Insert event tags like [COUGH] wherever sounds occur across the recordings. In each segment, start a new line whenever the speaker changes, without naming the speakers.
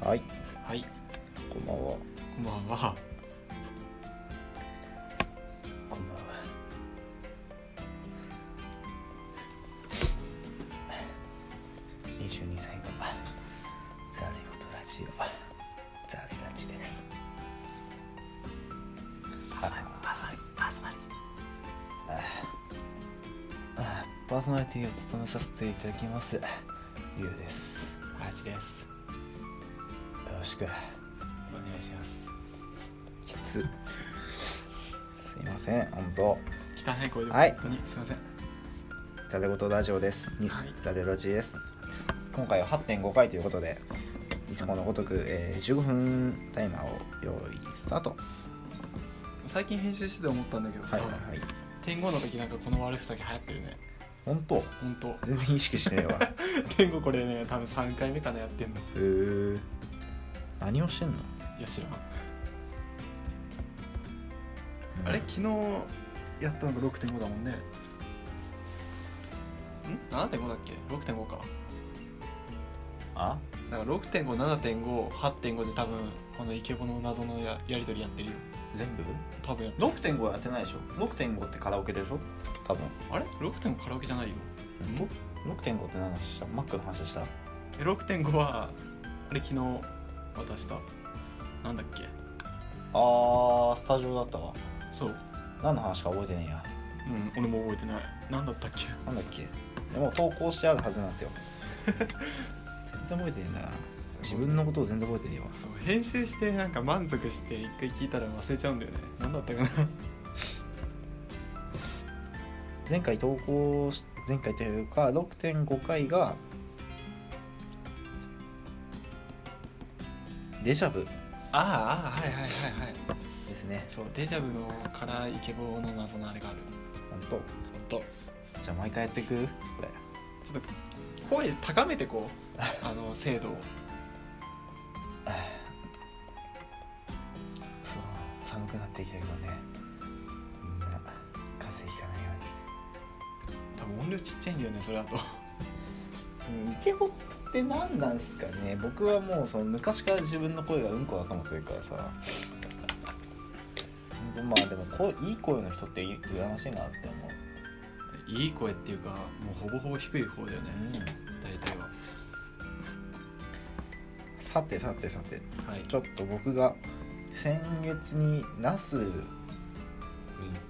はい、
はい
こんばんは。
こんばんは
こんばんは。二十二歳のザレ事ラジオザレラジです。は
パーソナリパーソナリ
あパーソナリティを務めさせていただきます。ゆうです。
原地です
よろしく。
お願いします
きつ。すいません、本当。
汚い声で
はい
本当にすいません
ザレ事ラジオです。に
はい
ザレラジです。今回は8.5回ということで、いつものごとく、えー15分タイマーを用意スタート。
最近編集してて思ったんだけど
は
さ、
いはいはい。
天狗の時なんかこの悪ふざけ流行ってるね
本当
本当
全然意識してね [LAUGHS] えわ。
[LAUGHS] 天狗これね多分3回目かなやってんの
へー何をしてんの、
いや知らん
うん
あれ昨日やったのが6.5だもんねん ?7.5 だっけ ?6.5 か
あ
だから6.57.58.5で多分このイケボの謎のややり取りやってるよ
全部
多分や
?6.5 やってないでしょ ?6.5 ってカラオケでしょ多分。
あれ ?6.5 カラオケじゃないよん
6.5って何の話したマックの話した
え6.5はあれ昨日渡したなんだっけ
あー、スタジオだったわ。
そう
何の話か覚えてねえや。
うん俺も覚えてないなんだったっけ
なんだっけでも投稿してあるはずなんですよ [LAUGHS] 全然覚えてねえんだな自分のことを全然覚えてねえわ
そう編集してなんか満足して一回聞いたら忘れちゃうんだよねなんだったかな
前回投稿し前回というか6.5回がデジャブ
ああああはいはいはいはい
ですね
そうデジャブのからイケボの謎のあれがある
本当
ほんと
じゃあ毎回やっていくこれ
ちょっと声高めてこうあの精度を
そう寒くなってきたけどねみんな風邪ひかないよ
多分音量ちっちゃいんだよねそれだと
うにイケボって何なんすかね僕はもうその昔から自分の声がうんこだと思ってるからさほんとまあでもこういい声の人ってい羨ましいなって思う
[LAUGHS] いい声っていうかもうほぼほぼ低い方だよね
う
大体は
さてさてさて
はい
ちょっと僕が先月に那須に行っ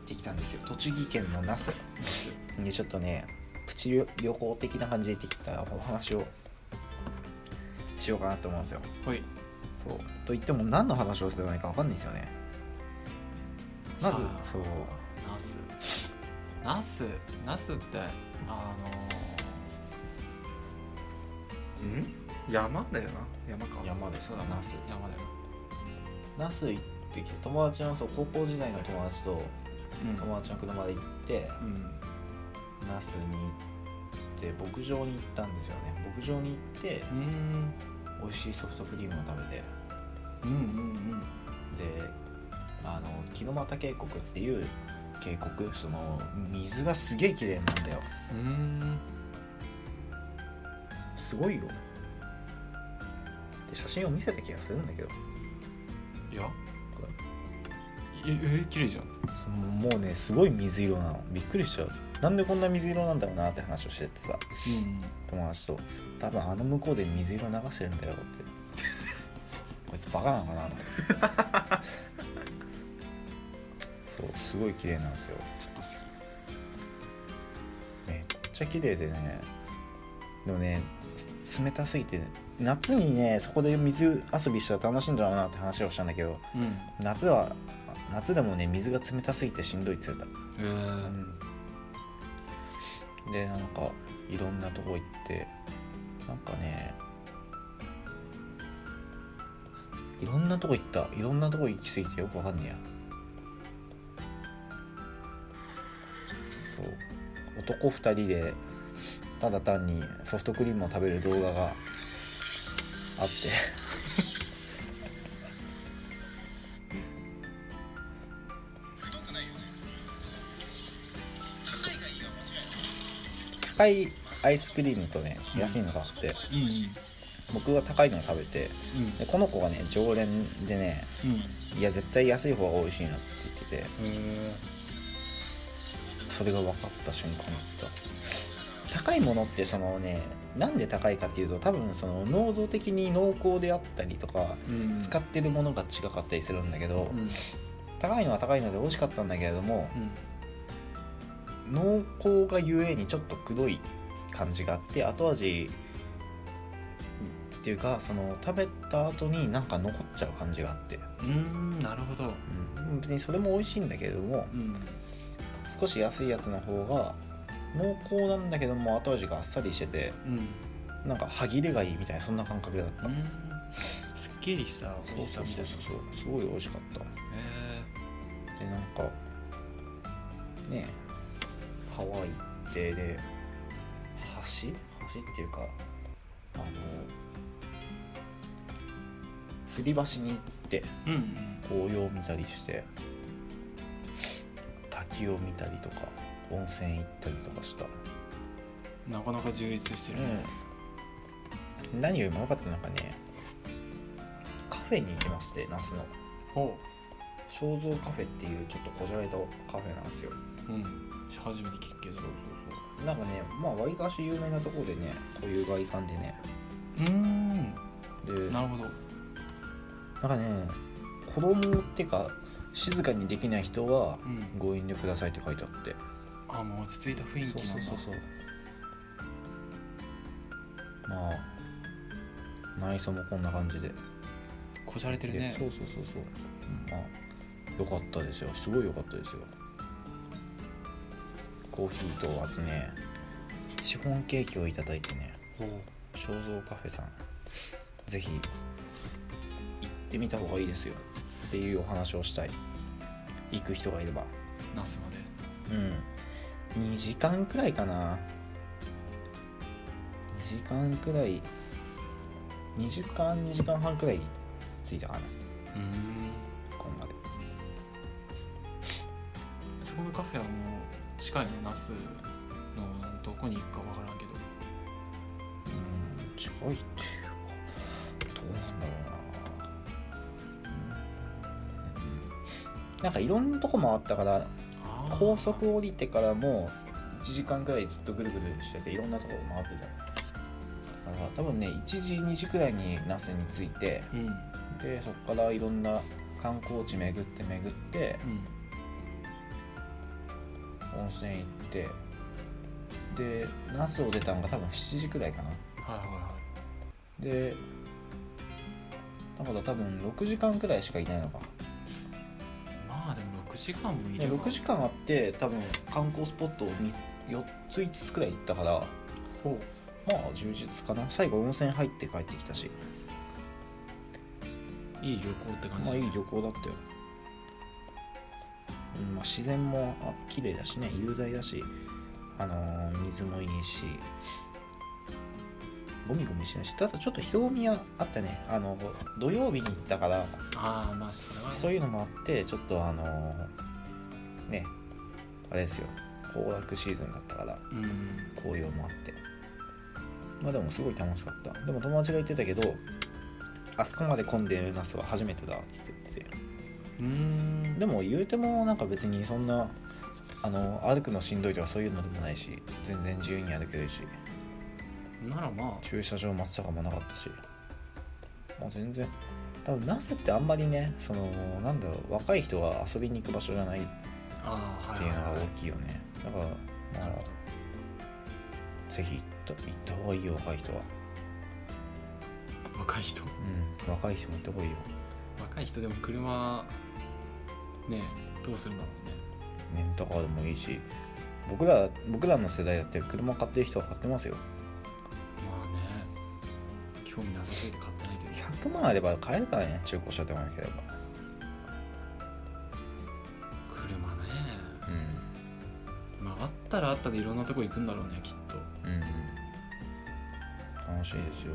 てきたんですよ栃木県の那須でちょっとねプチ旅旅行的な感じで行ってきたお話をしようかなと思うんですよ
ほい
そうと言っても何の話をすればいいか分かんないんですよねま
さあ
ずそう
ナスナスナスってあのー、ん山だよな山か
山です
そうだな
那須
山だよ
那須行ってきて友達のそう高校時代の友達と
な
友達の車で行って
うん、うん、
那須に行って牧場に行ったんですよね牧場に行って
うん
美味しいソフトクリームを食べて
うんうん
であの木の俣渓谷っていう渓谷その水がすげえ綺麗なんだよ
うんうん
すごいよで写真を見せた気がするんだけど
いやええ綺麗じゃん
そのもうねすごい水色なのびっくりしちゃうなんでこんな水色なんだろうなって話をしててさ
うん
友達と多分あの向こうで水色流してるんだよって [LAUGHS] こいつバカなのかなと思 [LAUGHS] ってそうすごい綺麗なんですよ
ちょっと好
めっちゃ綺麗でねでもねつ冷たすぎて夏にねそこで水遊びしたら楽しいんだろうなって話をしたんだけど
きうん
夏は夏でもね水が冷たすぎてしんどいって言ってた
えー、
でなんかいろんなとこ行ってなんかねいろんなとこ行ったいろんなとこ行き過ぎてよくわかんねえやそう男2人でただ単にソフトクリームを食べる動画があって高いアイスクリームとね安いのがあって
うん
僕が高いのを食べてでこの子がね常連でね
うんうん
いや絶対安い方が美味しいなって言ってて
へ
それが分かった瞬間だった高いものってそのねなんで高いかっていうと多分その能動的に濃厚であったりとか
えうん
使
っ
ってるものが違かったりするんだけど、
うんうん
高いのは高いので美味しかったんだけれども濃厚がゆえにちょっとくどい感じがあって後味っていうかその食べた後になんか残っちゃう感じがあって、
うーんなるほど
うん、別にそれも美味しいんだけれども
うん
少し安いやつの方が濃厚なんだけども後味があっさりしてて
うん
なんか歯切れがいいみたいなそんな感覚だった
うーんすっきりした美
そう
味し
そ
さ
う
み
そ
たいうなへ
そうすごい美味しかった
え
でなんかねえ可愛いってで橋橋っていうかあの吊り橋に行って
うん
紅葉を見たりして滝を見たりとか温泉行ったりとかした、
うんなかなか充実してるね
何よりも良かったのがねカフェに行きまして那須の
ほ
肖像カフェっていうちょっとこじゃれたカフェなんですよ
ううん初めて聞くけど
なんかねまあわりかし有名なところでねこういう外観でね
うーん
で
なるほど
なんかね子供っていうか静かにできない人は
うん
ご遠慮くださいって書いてあって、
あもう落ち着いた雰囲
そう
気な
そ
ん
う
だ
そうそうまあ内装もこんな感じで
こじゃれてる
で
ね
そうそうそうそううんまあ良かったですよすごい良かったですよコーヒーとあとねシフォンケーキをいただいてね
ほう
肖像カフェさんぜひ行ってみた方がいいですよっていうお話をしたい行く人がいれば
ナスまで
うん2時間くらいかな2時間くらい2時間2時間半くらい着いたかな
うーん
ここまで
そこのカフェはもう近いの那須のどこに行くかわからんけど
うん近いっていうかどうなんだろうなうんなんかいろんなとこ回ったから
あー
高速降りてからもう1時間くらいずっとぐるぐるしてていろんなとこ回ってただから多分ね1時2時くらいに那須に着いて
うんうん
でそこからいろんな観光地巡って巡って温泉行ってで那須を出たのが多分7時くらいかな
はいはいは
でだから多分6時間くらいしかいないのか
いまあでも6時間もい
で
れば
6時間あって多分観光スポットをみ4つ5つくらい行ったから
ほ
まあ充実かな最後温泉入って帰ってきたし
ういい旅行って感
ま
じだ
あ
ね
いい旅行だったよ、うんまあ、自然もあ綺麗だしね雄大だし、あのー水もいいしゴミゴミしないしただちょっと人混みはあったねあの土曜日に行ったから
ああまあそれは
そういうのもあってちょっとあのーねあれですよ行楽シーズンだったから
うん
紅葉もあってまあでもすごい楽しかったでも友達が言ってたけどあそこまで混んでるナスは初めてだっつって言って
うーん
てでも言うてもなんか別にそんなあの歩くのしんどいとかそういうのでもないし全然自由に歩けるし
ならまあ
駐車場待ちとかもなかったしもう全然多分ナスってあんまりねそのなんだろう若い人が遊びに行く場所じゃないっ
ああ
て
はい
いう
は
のが
いは
大きいよねだから
な
ま
るほど
あぜひ行った行った方がいいよ若い人は
若い人
うん若い人も行った方がいいよ
若い人でも車ねどうするんだろうね
レンタカーでもいいし僕ら僕らの世代だって車買ってる人は買ってますよ
まあね興味なさすぎて買ってないけど
100万あれば買えるからね中古車でもなければ
車ね
う
まああったらあったでいろんなとこ行くんだろうねきっと
んうん楽しいですよ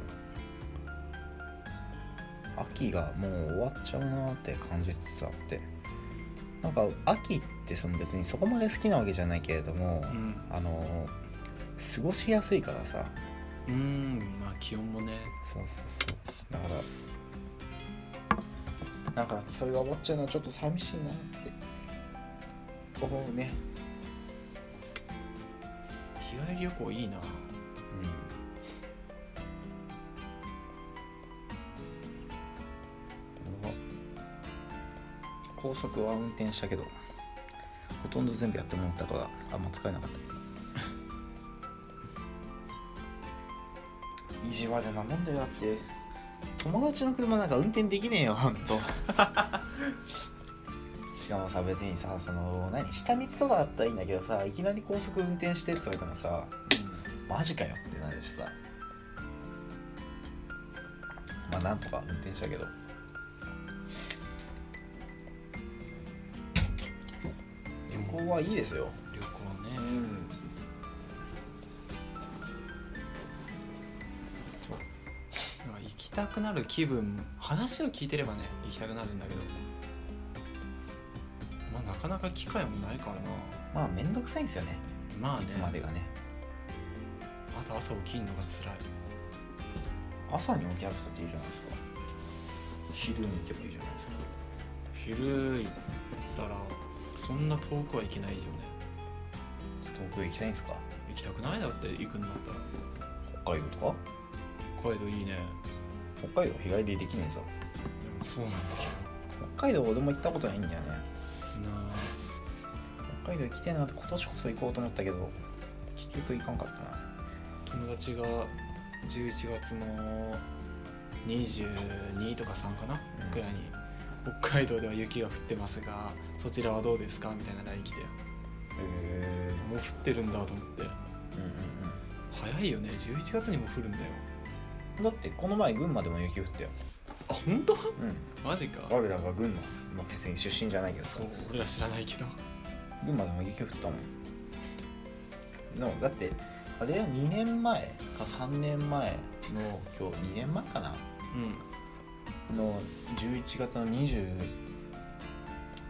秋がもう終わっちゃうなって感じつつあってなんか秋ってその別にそこまで好きなわけじゃないけれども、
うん
あの過ごしやすいからさ
うーんまあ気温もね
そうそうそうだからなんかそれが終わっちゃうのはちょっと寂しいなって思うね
日帰り旅行いいな
うん俺は高速は運転したけどほとんど全部やってもらったからあんま使えなかった意地悪なもんだよだって友達の車なんか運転できねえよほんと [LAUGHS] しかもさ別にさその何下道とかだったらいいんだけどさいきなり高速運転してって言われてもさマジかよってなるしさまあなんとか運転したけど旅行はいいですよ
旅行
う
ね
ん
なんか行きたくなる気分話を聞いてればね行きたくなるんだけどまあなかなか機会もないからな
まあ面倒くさいんですよね
まあね
ここまでがね
あと朝起きるのが辛い
朝に起きなくたっていいじゃないですか昼に行けばいいじゃないですか
昼行ったらそんな遠くは行けないよね
遠くへ行きたいんですか
行きたくないだって行くんだったら
北海道とか
北海道いいね
北海道日帰りできねえぞ
でもそうなんだけ
北海道俺も行ったことないんだよね
どなあ
北海道行きたいなって今年こそ行こうと思ったけど結局行かんかったな
友達が11月の22とか3かな
うん
くらいに「北海道では雪が降ってますがそちらはどうですか?」みたいな LINE 来て
へ
もう降ってるんだと思っ
えう
て
んうんうん
早いよね11月にも降るんだよ
だってこの前群馬でも雪降ったよ、
あ本当
うん、
マジか
我らが群馬、まあ、別に出身じゃないけどさ
そう俺ら知らないけど
群馬でも雪降ったもんでもだってあれは2年前か3年前の今日2年前かな
うん
の11月の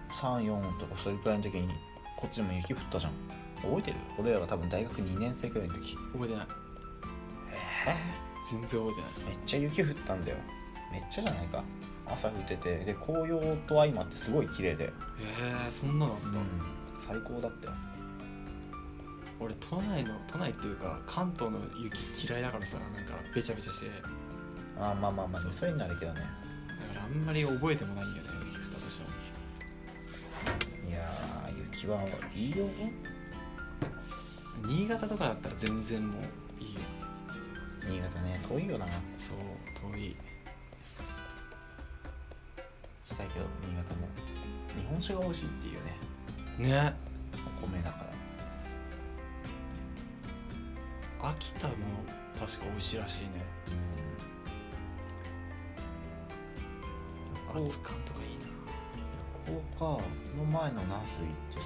234とかそれくらいの時にこっちでも雪降ったじゃん覚えてる俺らが多分大学2年生くらいの時
覚えてない全然覚えてな
め
い
っちゃ雪降ったんだよめっちゃじゃないか朝降っててで紅葉と相まってすごい綺麗で
えー、そんなのあった、
最高だったよ
俺都内の都内っていうか関東の雪嫌いだからさなんかべちゃべちゃしてだか
あーまあまあまあ
そう
そ
そうそう
れになるけどね
らあんまり覚えてもないんだよね雪降ったとしても
いやー雪はいいよ
新潟とかだったら全然もういいよ
新潟ね遠いよな
そう遠い
したいけど新潟も日本酒が美味しいっていうね
ね
お米だから
秋田も確か美味しいらしいね
うんお
熱燗とかいいな
こうかこの前の那須行って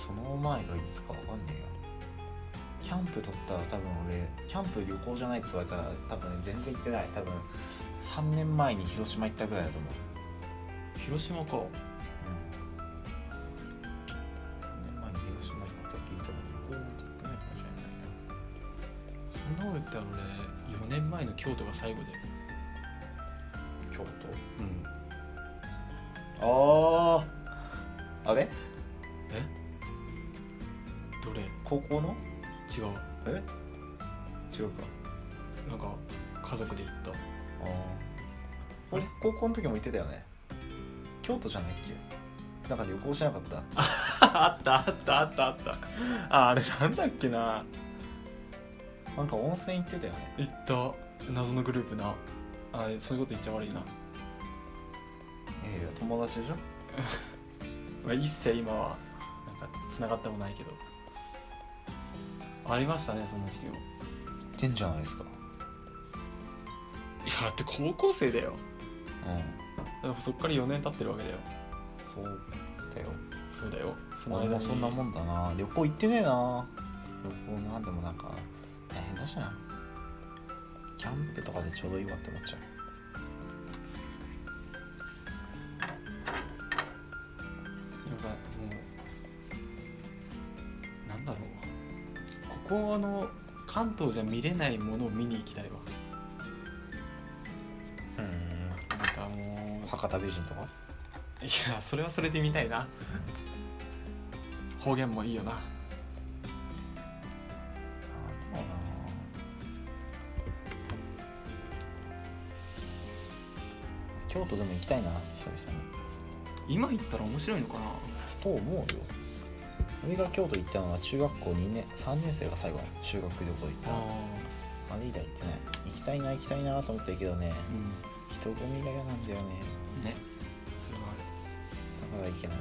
その前がいつかわかんねえよキャンプ取ったら多分俺キャンプ旅行じゃないって言われたら多分全然行ってない多分3年前に広島行ったぐらいだと思う
広島か
うん、ね、前に広島行った聞いたのに旅行って行ってないかもしれないね
そんなこと言ったら俺4年前の京都が最後で
京
うん
都あああれ
えどれ
高校の
違う
え違うか
なんか家族で行った
ああ
あれ
高校の時も行ってたよね京都じゃないっけなんか旅行しなかった
[LAUGHS] あったあったあったあったああれなんだっけな
なんか温泉行ってたよね
行った謎のグループなあそういうこと言っちゃ悪いな、
いやいや友達でしょ
まあ、一切今はなんか繋がってもないけどありましたねそんな時期もい
行ってんじゃないですか
やだって高校生だよ
うん
だからそっから4年経ってるわけだよ
そうだよ
そうだよその
俺
間
も
に
そんなもんだな旅行行ってねえな旅行なんでもなんか大変だしなキャンプとかでちょうどいいわって思っちゃう
なんかでもなんだろうここの関東じゃ見れないものを見に行きたいわ
うん
なんかもう
博多美人とか
いやそれはそれで見たいな方言もいいよな
なんだろうな京都でも行きたいな久々に
今行ったら面白いのかな
と思うよ俺が京都行ったのは中学校2年3年生が最後修学旅行行ったのあれ以来行ってない行きたいな行きたいなと思ったけどね
うん
人混みが嫌なんだよね
ねそれは
だ
あ
から行けない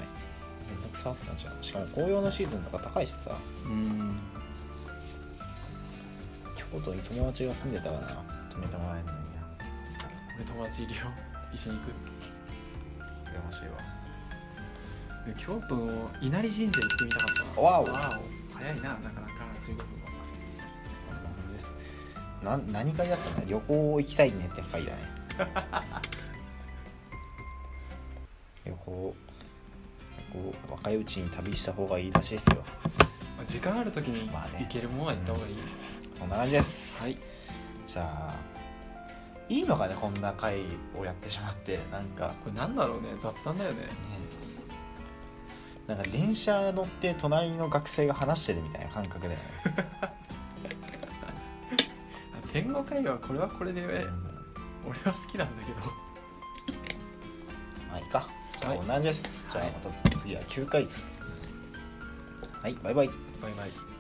めんどくさってなっちゃうしかも紅葉のシーズンとか高いしさ
るうん
京都に友達が住んでたからな泊めてもらえるのにな
俺友達いるよ一緒に行く
羨ましいわ
で京都の稲荷神社行ってみたかったな
わお
お早いななかなか中国も
そんな感じですな何会だったんだ旅行行きたいねって会だ
[LAUGHS]
ね旅行旅行若いうちに旅した方がいいらしいですよ
まあ時間ある時に
まあね
行けるもんは行った方がいい、
こんな感じです、
はい
じゃあいいのかねこんな会をやってしまってなんかね
これなんだろうね雑談だよね
なんか電車乗って隣の学生が話してるみたいな感覚だよね
[LAUGHS] 天狗会はこれはこれで俺
うん
は好きなんだけど
まあいいかじゃあ
はい
こんな感じです、
はい
じゃあまた次は9回ですはいバイバイ
バイバイ